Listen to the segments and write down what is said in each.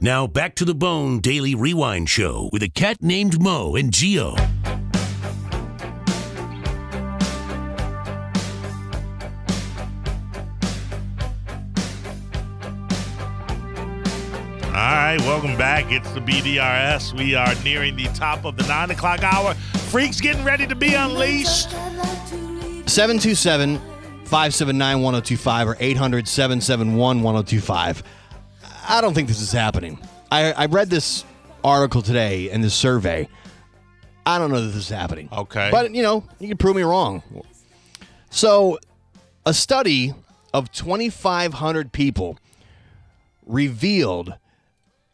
Now back to the Bone Daily Rewind Show with a cat named Mo and Geo. All right, welcome back. It's the BDRS. We are nearing the top of the nine o'clock hour. Freaks getting ready to be unleashed. 727 579 1025 or 800 771 1025. I don't think this is happening. I, I read this article today and this survey. I don't know that this is happening. Okay. But, you know, you can prove me wrong. So, a study of 2,500 people revealed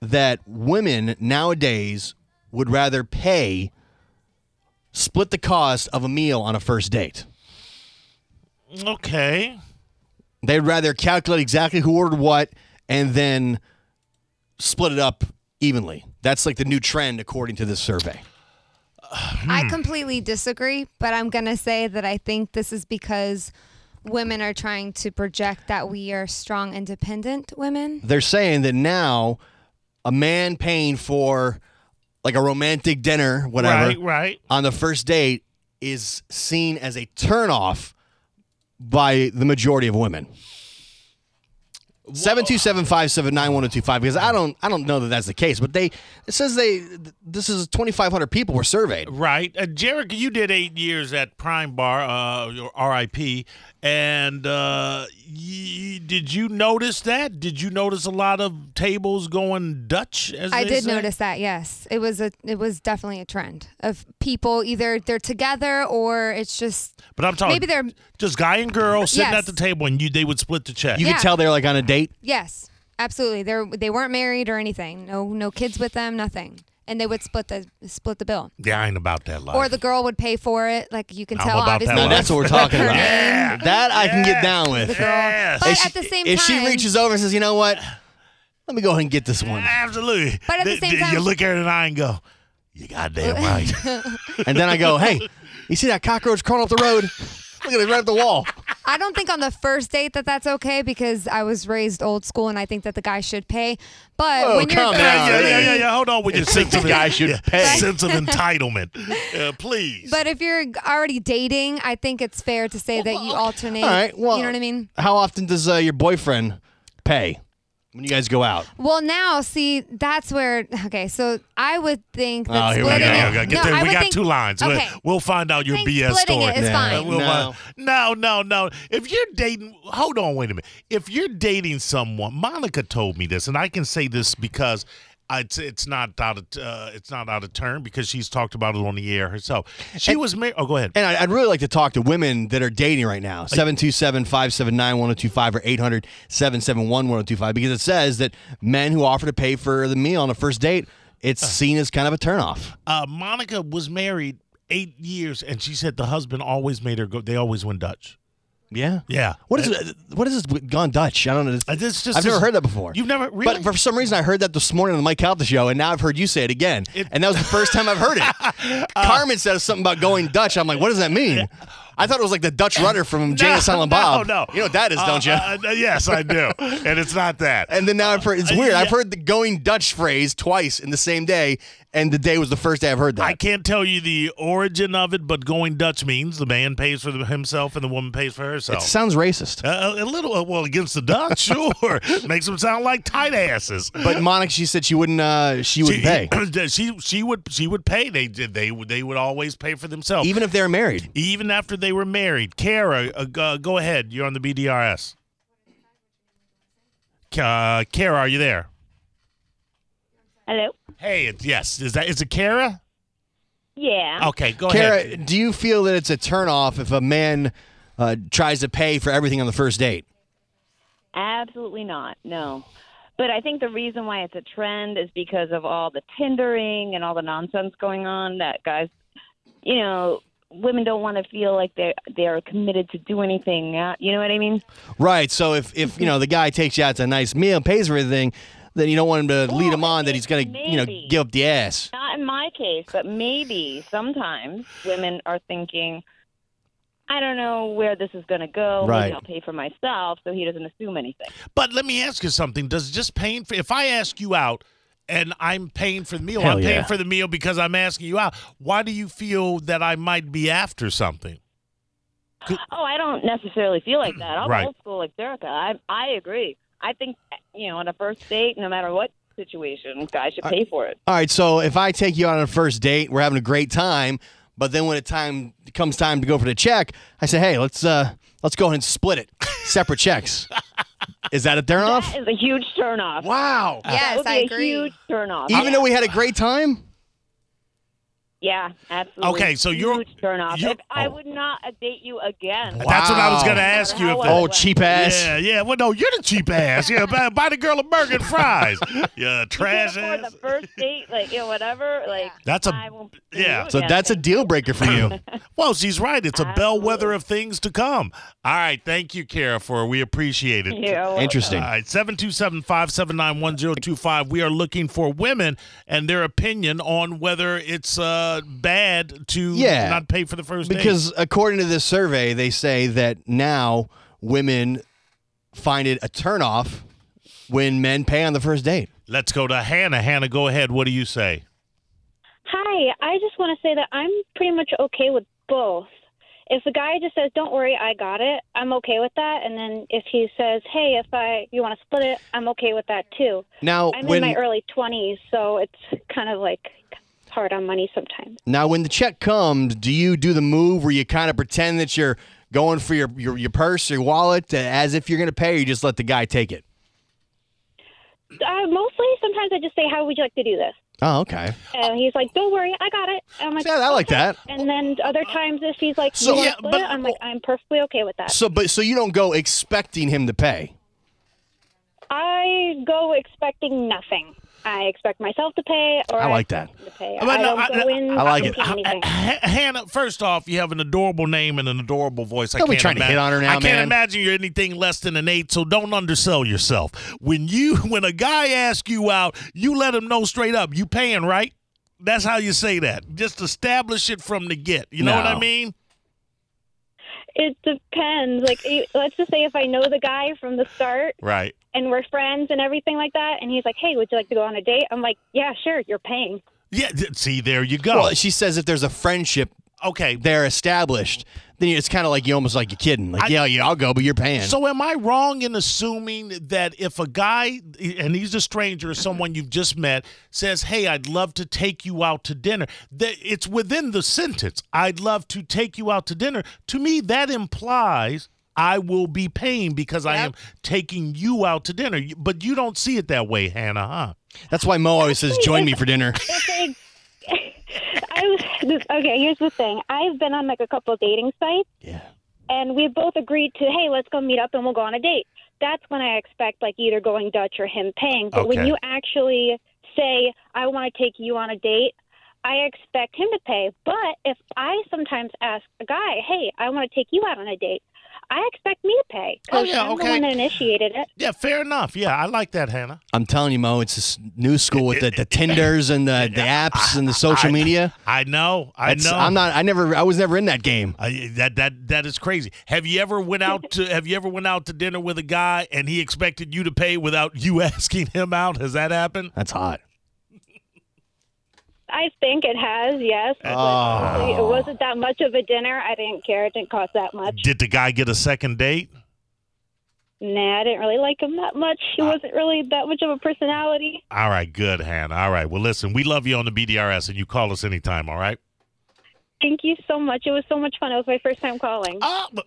that women nowadays would rather pay split the cost of a meal on a first date. Okay. They'd rather calculate exactly who ordered what and then split it up evenly. That's like the new trend according to this survey. I completely disagree, but I'm going to say that I think this is because women are trying to project that we are strong, independent women. They're saying that now a man paying for like a romantic dinner, whatever, Right, right. on the first date is seen as a turnoff by the majority of women. Seven two seven five seven nine one zero two five. Because I don't, I don't know that that's the case. But they, it says they, th- this is twenty five hundred people were surveyed. Right. Uh, Jarek, you did eight years at Prime Bar, uh, your RIP. And uh, y- did you notice that? Did you notice a lot of tables going Dutch? As I they did say? notice that. Yes, it was a it was definitely a trend of people either they're together or it's just But I'm talking Maybe they're- just guy and girl sitting Yes. at the table and you they would split the check. You Yeah. could tell they're like on a date. yes, absolutely. They are they weren't married or anything. No no kids with them, nothing. And they would split the split the bill. yeah, I ain't about that life. Or the girl would pay for it. Like you can I'm tell about that obviously Now life. that's what we're talking about. Yeah. That I can get down with. the girl. Yes. But If she- at the same if time she reaches over and says, "You know what? Let me go ahead and get this one," Absolutely. But at the Th- same th- you time- look at her and I and go, "You goddamn right." and then I go, "Hey, you see that cockroach crawling up the road? Look at it right up the wall." I don't think on the first date that that's okay because I was raised old school and I think that the guy should pay. But Whoa, when you're calm going, down. yeah, yeah, yeah, yeah, yeah. Hold on with your sense of guy should yeah, pay. sense of entitlement, uh, please. but if you're already dating, I think it's fair to say that you alternate. All right. Well, you know what I mean. How often does uh, your boyfriend pay when you guys go out? Well, now see that's where okay. So I would think that Oh, here we splitting go. it. Yeah, yeah, yeah, get no, there. I we would got think- two lines. We'll- Okay. We'll find out your Think BS splitting story. it is Yeah. fine. Uh, we'll No. find- no, no, no. If you're dating, hold on, wait a minute. If you're dating someone, Monica told me this, and I can say this because. It's, it's not out of uh, it's not out of turn because she's talked about it on the air herself. She was married. Oh, go ahead. And I- I'd really like to talk to women that are dating right now. 727 579 1025 or 800 771 1025 because it says that men who offer to pay for the meal on a first date, it's seen as kind of a turnoff. uh, Monica was married eight years, and she said the husband always made her go. They always went Dutch. Yeah. Yeah. What is it? What is this with gone Dutch? I don't know. It's- Uh, this just I've never is- heard that before. You've never- really? But for some reason, I heard that this morning on the Mike Calta show, and now I've heard you say it again. and that was the first time I've heard it. Uh. Carmen said something about going Dutch. I'm like, what does that mean? I thought it was like the Dutch rudder from Jane and Silent Bob. No, no. You know what that is, Uh, don't you? uh, uh, yes, I do, and it's not that. and then now I've heard it's uh, weird. I've yeah. heard the going Dutch phrase twice in the same day, and the day was the first day I've heard that. I can't tell you the origin of it, but going Dutch means the man pays for the, himself and the woman pays for herself. it sounds racist. uh, a little, uh, well, against the Dutch, sure. Makes them sound like tight asses. But Monica, she said she wouldn't. Uh, she would pay, She, she she would she would pay. They did they would they would always pay for themselves. even if they're married. even after they were married. Kara, uh, g- uh, go ahead. You're on the BDRS. Uh, Kara, are you there? Hello. Hey, it's, yes. Is that is it Kara? Yeah. Okay, go ahead. Kara, do you feel that it's a turnoff if a man uh, tries to pay for everything on the first date? Absolutely not. No. But I think the reason why it's a trend is because of all the Tindering and all the nonsense going on that guys, you know, women don't want to feel like they they are committed to do anything. uh, You know what I mean? Right. So if, if you know the guy takes you out to a nice meal, pays for everything, then you don't want him to lead him Well, on that he's going to you know maybe. give up the ass. Not in my case, but maybe sometimes women are thinking, I don't know where this is going to go. Right. Maybe I'll pay for myself, so he doesn't assume anything. But let me ask you something. Does just paying for if I ask you out, and I'm paying for the meal. Hell I'm paying yeah. for the meal because I'm asking you out. Why do you feel that I might be after something? Oh, I don't necessarily feel like that. I'm Right. old school like Jerica. I I agree. I think you know on a first date, no matter what situation, guys should pay for it. All right, so if I take you out on a first date, we're having a great time, but then when it time comes time to go for the check, I say, "Hey, let's uh let's go ahead and split it, separate checks." Is that a turn off? That is a huge turnoff. Wow. That Yes, would be I a agree. Huge turnoff. Even though we had a great time, yeah, absolutely. Okay, so you're- huge turnoff. you're- If I oh. would not uh, date you again. That's what I was Wow. going to ask you. If How that, oh well. cheap ass. Yeah, yeah. Well, no, you're the cheap ass. Yeah, buy, buy the girl a burger and fries. yeah, You can't trash afford ass. the first date, like you know, whatever. Like That's a- I won't do yeah. you So again. that's a deal breaker for you. Well, she's right. It's a Absolutely. bellwether of things to come. All right. Thank you, Kara, for We appreciate it. You're welcome. Interesting. All right, 727 579 1025. We are looking for women and their opinion on whether it's uh, bad to Yeah. not pay for the first date. Because according to this survey, they say that now women find it a turnoff when men pay on the first date. Let's go to Hannah. Hannah, go ahead. What do you say? Hi, I just want to say that I'm pretty much okay with both. If the guy just says, "Don't worry, I got it," I'm okay with that. And then if he says, "Hey, if I you want to split it," I'm okay with that too. Now, I'm Oh, when in my early 20s, so it's kind of like hard on money sometimes. now when the check comes, do you do the move where you kind of pretend that you're going for your your, your purse, your wallet, uh, as if you're going to pay, or you just let the guy take it? Uh, mostly, sometimes I just say, "How would you like to do this?" Oh, okay. And he's like, "Don't worry, I got it." And I'm like, Yeah, I like "Okay." that. And then other times, if he's like, So- "You want Yeah, oh. to split but- it?" I'm like, "I'm perfectly okay with that." So, but so you don't go expecting him to pay. I go expecting nothing. I expect myself to pay, or I like expect him To pay. But I no, don't I- go in I like it. thinking anything. H- Hannah, first off, you have an adorable name and an adorable voice. I Don't be can't trying to imagine- hit on her now, I can't man. imagine you're anything less than an eight, so don't undersell yourself. When you when a guy asks you out, you let him know straight up, you paying, right? That's how you say that. Just establish it from the get. You know what I No. mean? It depends. Like, it- let's just say if I know the guy from the start Right. and we're friends and everything like that, and he's like, "Hey, would you like to go on a date?" I'm like, "Yeah, sure. You're paying." Yeah. th- See, there you go. Well, she says if there's a friendship okay. there established, then it's kind of like you almost like you're kidding. Like, I- yeah, yeah, I'll go, but you're paying. So am I wrong in assuming that if a guy and he's a stranger or someone you've just met says, "Hey, I'd love to take you out to dinner," that it's within the sentence, "I'd love to take you out to dinner." To me, that implies I will be paying because I am taking you out to dinner. You- But you don't see it that way, Hannah, huh? That's why Mo always says, "Join me for dinner." If they- I was this, okay. Here's the thing. I've been on like a couple dating sites. Yeah. and we both agreed to hey let's go meet up and we'll go on a date that's when i expect like either going dutch or him paying but when Okay. you actually say i want to take you on a date i expect him to pay but if i sometimes ask a guy hey i want to take you out on a date i expect me to pay Oh, 'cause yeah, i'm okay. the one that initiated it Yeah, fair enough. Yeah, I like that, Hannah. I'm telling you, Mo, it's this new school with the, the Tinders and the, the apps and the social media. I know. I It's- know. I'm not. I never. I was never in that game. I, that that that is crazy. Have you ever went out to Have you ever went out to dinner with a guy and he expected you to pay without you asking him out? Has that happened? That's hot. i think it has yes but Ah. honestly, it wasn't that much of a dinner i didn't care it didn't cost that much Did the guy get a second date? nah i didn't really like him that much he Ah. wasn't really that much of a personality All right, good, Hannah. All right. Well, listen, we love you on the BDRS, and you call us anytime. All right. Thank you so much. It was so much fun. It was my first time calling. Ah, but-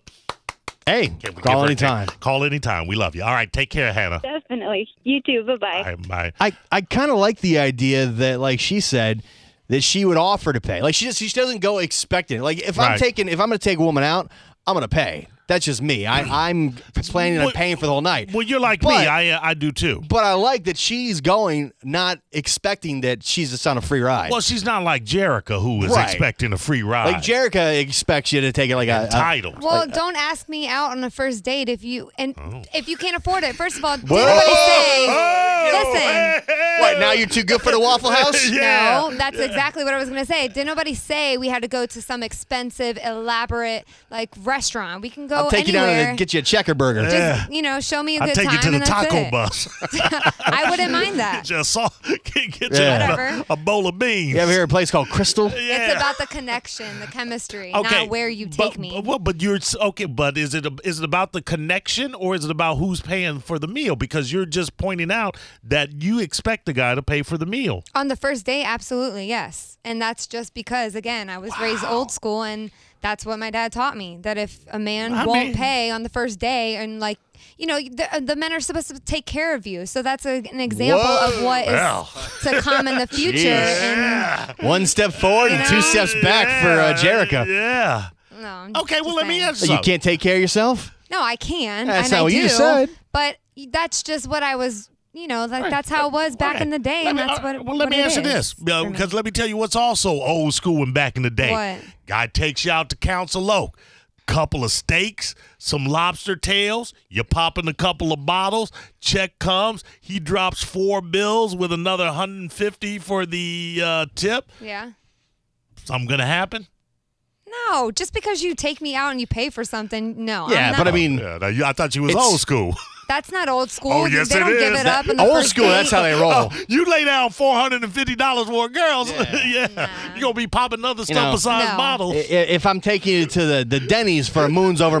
Hey, Can we Uh, call give her a anytime. take? Call anytime. We love you. All right. Take care, Hannah. Definitely. You too. Bye bye. I, my, I I kind of like the idea that, like she said, that she would offer to pay. Like she just she doesn't go expecting. Like if I'm Right. taking, if I'm going to take a woman out, I'm going to pay. That's just me. I I'm planning on Well- paying for the whole night. well, you're like me. But- I uh, I do too. But I like that she's going, not expecting that she's just on a free ride. Well, she's not like Jerica, who is Right. expecting a free ride. like Jerica expects you to take it like a, a Entitled. Well, don't ask me out on a first date if you and if you can't afford it. First of all, did Oh. Whoa! anybody say? Oh, Listen. hey. What, now you're too good for the Waffle House? Yeah. No, that's exactly what I was gonna say. Did nobody say we had to go to some expensive, elaborate like restaurant? We can go go I'll take you anywhere. down and get you a checker burger. Yeah. Just you know, show me a I good take time. you to the and that's taco it. bus. I wouldn't mind that. Just saw, get you Yeah. a- Whatever. a, bowl of beans. You ever hear a place called Crystal? Yeah. It's about the connection, the chemistry, not where you but- take me. But, well, but you're okay. But is it a, is it about the connection or is it about who's paying for the meal? Because you're just pointing out that you expect the guy to pay for the meal. On the first date, absolutely, yes. And that's just because, again, I was raised old school and that's what my dad taught me that if a man I won't mean- pay on the first day and, like, you know, the, the men are supposed to take care of you. So that's a, an example of what is Well. to come in the future. And, One step forward and two steps back for uh, Jerica. Yeah. no, I'm Okay. just Well, let me saying. ask You something. can't take care of yourself? No, I can. That's and not I what do, you said. But that's just what I was, you know, like, that's how it was back Okay. in the day. Let and me- that's all what right, Well, let what me it ask you is this, for me. because let me tell you what's also old school and back in the day. What? Guy takes you out to Council Oak, couple of steaks, some lobster tails. You pop in a couple of bottles. Check comes. He drops four bills with another 150 for the uh, tip. Yeah. Something gonna happen. No, just because you take me out and you pay for something, no. Yeah, I'm not, but I mean, Oh, Yeah, now you- I thought you was It's- old school. that's not old school. Oh, They- yes, they it don't give is. it up. In the old first school, date. that's how they roll. you lay down four hundred and fifty dollars for girls. Yeah, Yeah. Nah. you gonna be popping other stuff know, besides No. bottles. I- i- If I'm taking you to the, the Denny's for moons over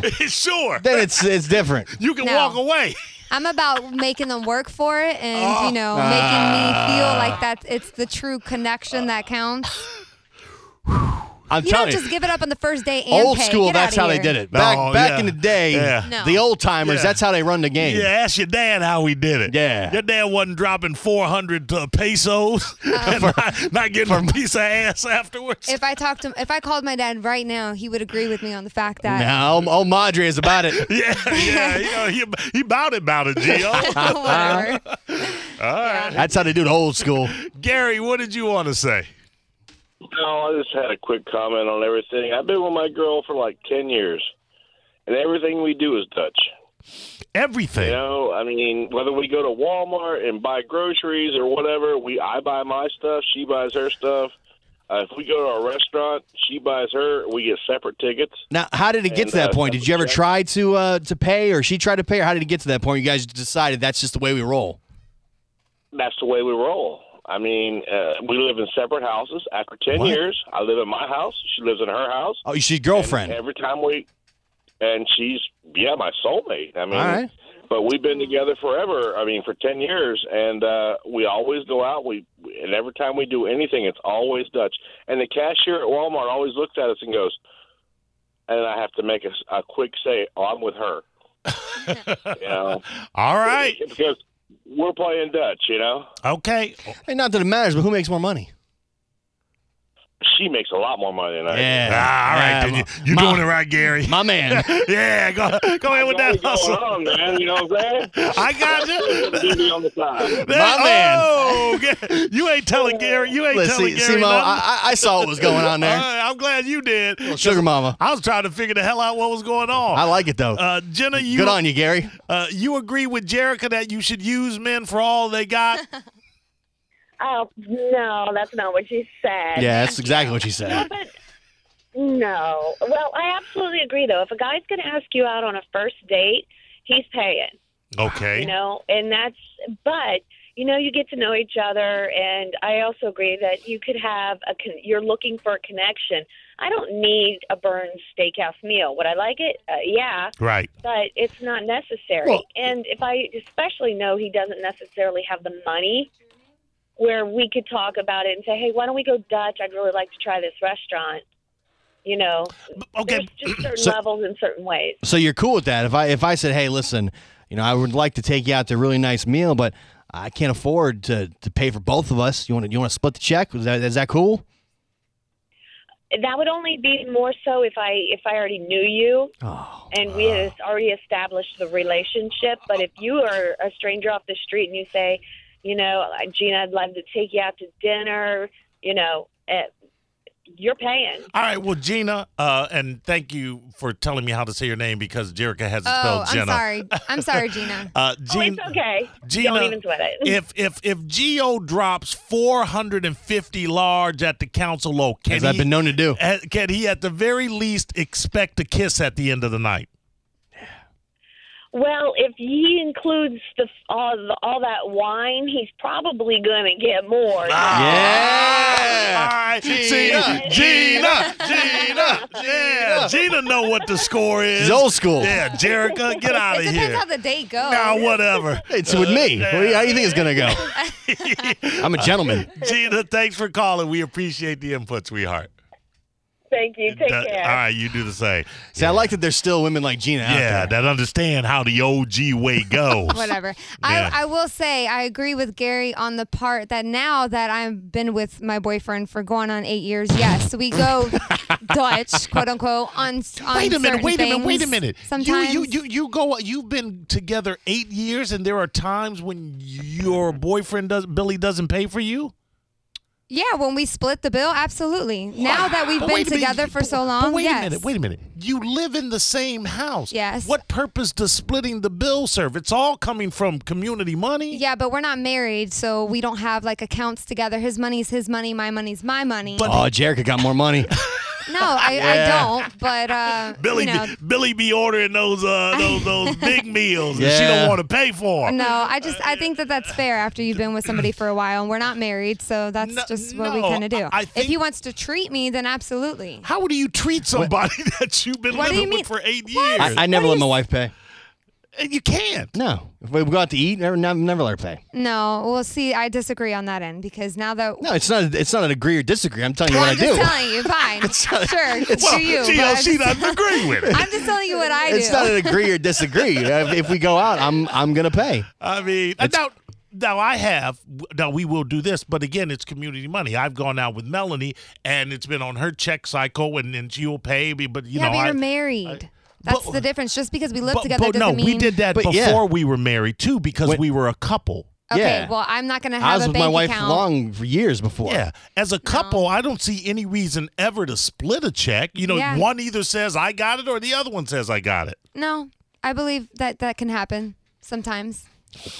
sure, then it's it's different. you can No. walk away. I'm about making them work for it, and Oh. Ah. you know, making me feel like that it's the true connection that counts. I'm You telling don't you. just give it up on the first day and Old pay. school, Get that's outta how they here. did it. No, Back back Oh, yeah, in the day, yeah. No. the old timers, Yeah. that's how they run the game. Yeah, ask your dad how he did it. Yeah. Your dad wasn't dropping 400 uh, pesos Uh. and not, not getting a piece of ass afterwards. If I talked to, if I called my dad right now, he would agree with me on the fact that. Now, oh, oh, Madre is about it. yeah, yeah, you know, he, he bowed it, bowed it, Gio. Whatever. That's how they do it old school. Gary, what did you want to say? No, I just had a quick comment on everything. I've been with my girl for like ten years, and everything we do is Dutch. Everything. You know, I mean, whether we go to Walmart and buy groceries or whatever, we I buy my stuff, she buys her stuff. Uh, if we go to a restaurant, she buys her. We get separate tickets. Now, how did it get to And, that uh, point? Did you ever yeah. try to uh, to pay, or she tried to pay, or how did it get to that point? You guys decided that's just the way we roll. That's the way we roll. I mean, uh, we live in separate houses. After ten What? years, I live in my house. She lives in her house. Oh, she's And girlfriend. Every time we, and she's yeah, my soulmate. I mean, All right. but we've been together forever. I mean, for ten years, and uh, we always go out. We and every time we do anything, it's always Dutch. And the cashier at Walmart always looks at us and goes, and I have to make a, s- a quick say, "Oh, I'm with her," you know, All right. because we're playing Dutch. You know, Okay. Hey, not that it matters, but who makes more money? she makes a lot more money than I. do. Ah, all right. Yeah, then you my- you my- doing it right, Gary. My man. yeah, go, go ahead with What's that going hustle. on, man? You know what I'm saying? I got you. Duty on the side. That- My man. Oh, Ga- you ain't telling Gary. You ain't Listen, telling see, Gary. Uh, Simo, nothing. I, I I saw what was going on All there. right, I'm glad you did. Little Sugar mama. I was trying to figure the hell out what was going on. I like it, though. Uh, Jenna, you Good on you, Gary. Uh, you agree with Jerica that you should use men for all they got? Oh no, that's not what she said. Yeah, that's exactly what she said. But no. Well, I absolutely agree though. If a guy's gonna ask you out on a first date, he's paying. Okay. You know, and that's but you know, you get to know each other and I also agree that you could have a con- you're looking for a connection. I don't need a Burns steakhouse meal. Would I like it? Uh, yeah, Right. but it's not necessary. Well- and if I especially know he doesn't necessarily have the money where we could talk about it and say, hey, why don't we go Dutch? I'd really like to try this restaurant. You know, B- Okay. there's just certain So- levels and certain ways. So you're cool with that? If I if I said, hey, listen, you know, I would like to take you out to a really nice meal, but I can't afford to, to pay for both of us. You want to you want to split the check? Is that, is that cool? That would only be more so if I if I already knew you Oh, and we had already established the relationship. But if you are a stranger off the street and you say, you know, Gina, I'd love to take you out to dinner, you know, eh, you're paying. All right, well, Gina, uh, and thank you for telling me how to say your name because Jerica has it Oh, spelled I'm Jenna. sorry. I'm sorry, Gina. Uh, Oh, Gina, it's okay. Gina, Don't even sweat it. if if if Geo drops 450 large at the council low, can as he, I've been known to do. uh, can he at the very least expect a kiss at the end of the night? Well, if he includes the all the, all that wine, he's probably going to get more. Ah. All Yeah. right, Gina, Gina. Gina, Gina, yeah, Gina know what the score is. It's old school. Yeah, Jerica, get out It of depends here. how the date goes. Now whatever. It's with me. What do you- How do you think it's going to go? I'm a gentleman. Gina, thanks for calling. We appreciate the input, sweetheart. Thank you. Take That- care. All right, you do the same. See, I like that there's still women like Gina out Yeah, there. that understand how the OG way goes. Whatever. Yeah. I, I will say I agree with Gary on the part that now that I've been with my boyfriend for going on eight years, yes, we go Dutch, quote unquote, on s- on Wait a minute! certain Wait a minute! Wait a things minute! Sometimes You, you you you go. You've been together eight years, and there are times when your boyfriend does Billy doesn't pay for you. yeah, when we split the bill, absolutely. Now that we've But been wait a minute, together for but- so but long, wait yes. a minute! Wait a minute! You live in the same house. Yes. What purpose does splitting the bill serve? It's all coming from community money. Yeah, but we're not married, so we don't have like accounts together. His money's his money, my money's my money. Oh, Jerica got more money. no, I, I don't. But uh, Billy, you know, be, Billy be ordering those uh those those big meals, and she Yeah. don't want to pay for. 'em. No, I just I think that that's fair after you've been with somebody for a while and we're not married, so that's No- just what we no, kind of do. I- I if think- he wants to treat me, then absolutely. How do you treat somebody that you've been What do you living with mean? for eight years? What? I, I never let my wife pay. and you can't. No. If we go out to eat, never, never, never let her pay. No, well, see, I disagree on that end because now that No, it's not. It's not an agree or disagree. I'm telling you Well, what I I'm just do. telling you, fine, sure, it's- do you? she, but I'm she just- doesn't agree with it. I'm just telling you what I do. It's not an agree or disagree. if, if we go out, I'm I'm gonna pay. I mean, now, now I have. Now we will do this, but again, it's community money. I've gone out with Melanie, and it's been on her check cycle, and then she'll pay me. But you yeah, know, but I, you're married. that's but- the difference. Just because we live but, together but doesn't no, mean we did that But before yeah. we were married too, because When- we were a couple. Okay, Yeah. well, I'm not gonna have I was a with bank my wife account. long for years before. Yeah, as a couple, I don't see any reason ever to split a check. You know, Yeah. one either says I got it, or the other one says I got it. No, I believe that that can happen sometimes.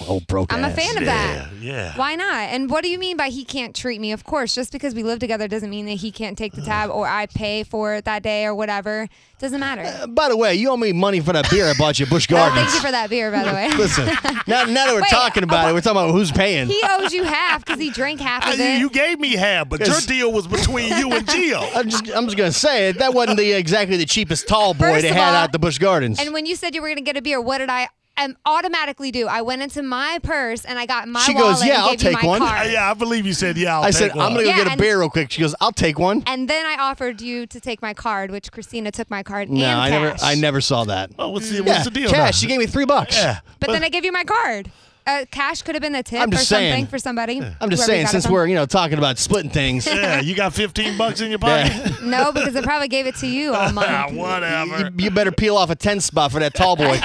Oh, broke. I'm a ass. fan of that. Yeah. Why not? And what do you mean by he can't treat me? Of course, just because we live together doesn't mean that he can't take the tab or I pay for it that day or whatever. Doesn't matter. By the way, you owe me money for that beer I bought you at Bush Oh, Gardens. thank you for that beer, by the way. Listen, now, now that we're Wait, talking about it, we're talking about who's paying. He owes you half because he drank half I- of you, it. you gave me half, but your Yes. deal was between you and Gio. I'm just, I'm just gonna say it. That wasn't the exactly the cheapest tall boy First they of had all- out the Bush Gardens. and when you said you were going to get a beer, what did I um, automatically do? I went into my purse and I got my She wallet goes, "Yeah, and I'll gave you take my one." card. Uh, yeah, I believe you said yeah. I'll I take said one. I'm gonna Yeah, go get a and- beer real quick. She goes, I'll take one. And then I offered you to take my card, which Christina took my card no, and I never cash. I never saw that. Oh, what's the, Mm. yeah, what's the deal? cash. now? She gave me three bucks. Yeah. But then I gave you my card. Uh, cash could have been the tip I'm or just saying. something for somebody. I'm just saying, since we're you know talking about splitting things, you, Yeah, you got 15 bucks in your pocket? No, because I probably gave it to you all Ah, month. whatever. you better peel off a ten spot for that tall boy.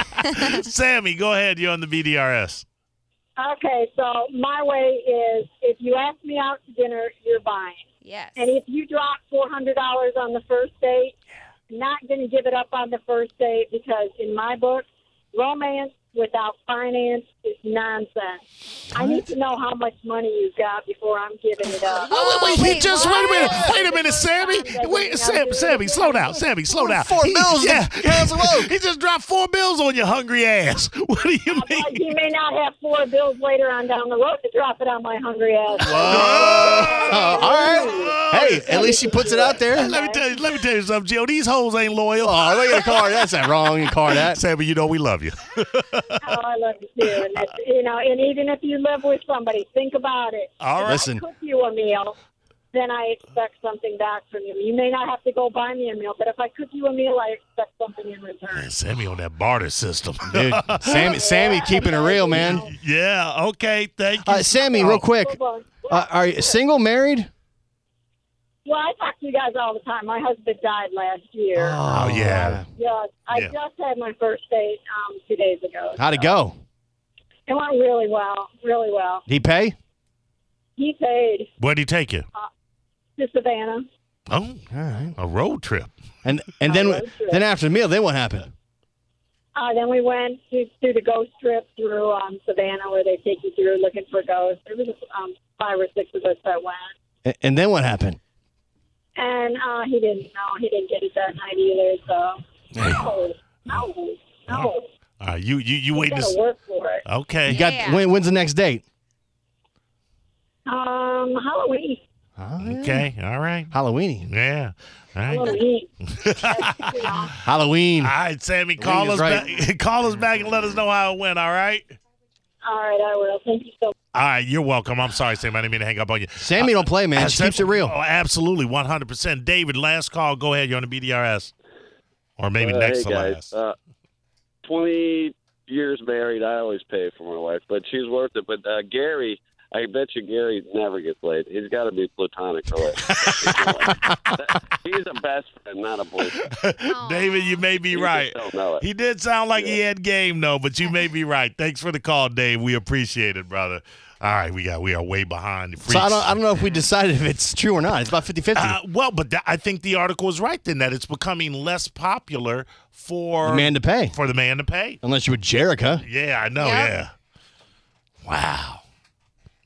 Sammy, go ahead. You're on the BDRS. Okay, so my way is if you ask me out to dinner, you're buying. Yes. And if you drop four hundred dollars on the first date, not going to give it up on the first date because in my book, romance without finance is nonsense. I need to know how much money you got before I'm giving it up. Oh, wait, wait, he wait, just, wait a minute. what? Wait a minute, Sammy. Wait, Sam, Sammy, slow down. Sammy, slow down. Four He- bills in the Council Oak. He just dropped four bills on your hungry ass. What do you Well, mean? Uh, he may not have four bills later on down the road to drop it on my hungry ass. Uh, all right. Hey, at least she puts it out there. Let me tell you, let me tell you something, Joe. These hoes ain't loyal. Oh, look at the card. That's that wrong card. That. Sammy, you know we love you. Oh, I love you too. And it's, you know, and even if you live with somebody, think about it. All right. Listen. Cook you a meal, then I expect something back from you. You may not have to go buy me a meal, but if I cook you a meal, I expect something in return. Sammy on that barter system. Dude, Sammy, Sammy, keeping it real, man. yeah, okay, thank you. Uh, Sammy, Oh. real quick, Hold on. uh, are you single, married? Well, I talk to you guys all the time. My husband died last year. Oh, yeah. yes, I yeah. just had my first date um, two days ago. How'd it go? It went really well, really well. Did he pay? He paid Where'd he take you? to Savannah. Oh, All right. a road trip. And and then then after the meal, then what happened? Uh, then we went to, through the ghost trip through um, Savannah, where they take you through looking for ghosts. There was um, five or six of us that went, A- And then what happened? and uh, he didn't know. He didn't get it that night either. So no, no, no. Uh, you you you You waiting? To, gotta s- work for it. okay. You got Yeah. when, when's the next date? Um, Halloween. Okay. All right. Halloween. Yeah. All right. Halloween. Halloween. All right, Sammy, call us is right. back. Call us back and let us know how it went. All right. All right, I will. Thank you so much. All right, you're welcome. I'm sorry, Sammy. I didn't mean to hang up on you. Sammy don't play, man. She Sam- keeps it real. Oh, absolutely, 100%. David, last call. Go ahead. You're on the BDRS, or maybe Uh, next hey to guys, last. Uh, Twenty years married, I always pay for my wife, but she's worth it. But uh, Gary, I bet you Gary never gets laid. He's got to be platonic relationship. He's a best friend, not a boyfriend. David, you may be You right. just don't know it. He did sound like he had game though, but you may be right. Thanks for the call, Dave. We appreciate it, brother. All right, we got we are way behind. So I don't, I Freaks. don't know if we decided if it's true or not. It's about 50 50. Uh, well, but tha- I think the article is right then that it's becoming less popular for man to pay. for the man to pay. Unless you were Jerica. Yeah, I know. Yep. Yeah. Wow.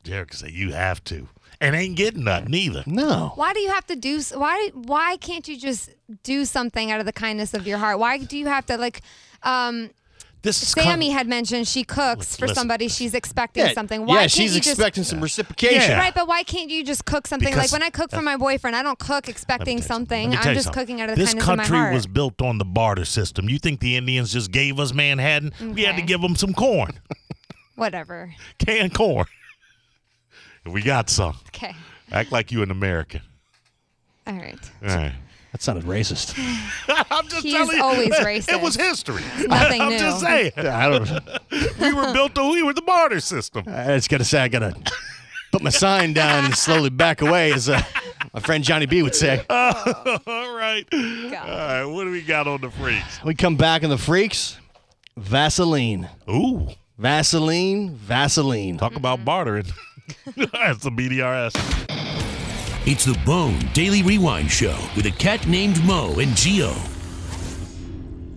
Jericho said you have to, and ain't getting nothing either. No. Why do you have to do? s- Why why can't you just do something out of the kindness of your heart? Why do you have to like? Um, This is kind- Sammy had mentioned she cooks for Listen. somebody she's expecting something. Why yeah, can't she's you just, expecting some reciprocation. Yeah. Right, but why can't you just cook something? Because- like when I cook for my boyfriend, I don't cook expecting Let something. me tell I'm you just something. cooking out of the this kindness of my country heart. was built on the barter system. You think the Indians just gave us Manhattan? We had to Okay. give them some corn, Whatever. canned corn. we got some. Okay. Act like you an American. All right. All right. That sounded racist. I'm just He's telling you, always It was racist. history. nothing I'm new. just saying, I don't we were built to we were the barter system. I just got to say, I got to put my sign down and slowly back away, as uh, my friend Johnny B would say. All right. All right. What do we got on the freaks? We come back in the freaks. Vaseline. Ooh. Vaseline. Vaseline. Talk Mm-hmm. about bartering. That's the BDRS. It's the Bone Daily Rewind Show with a cat named Mo and Geo.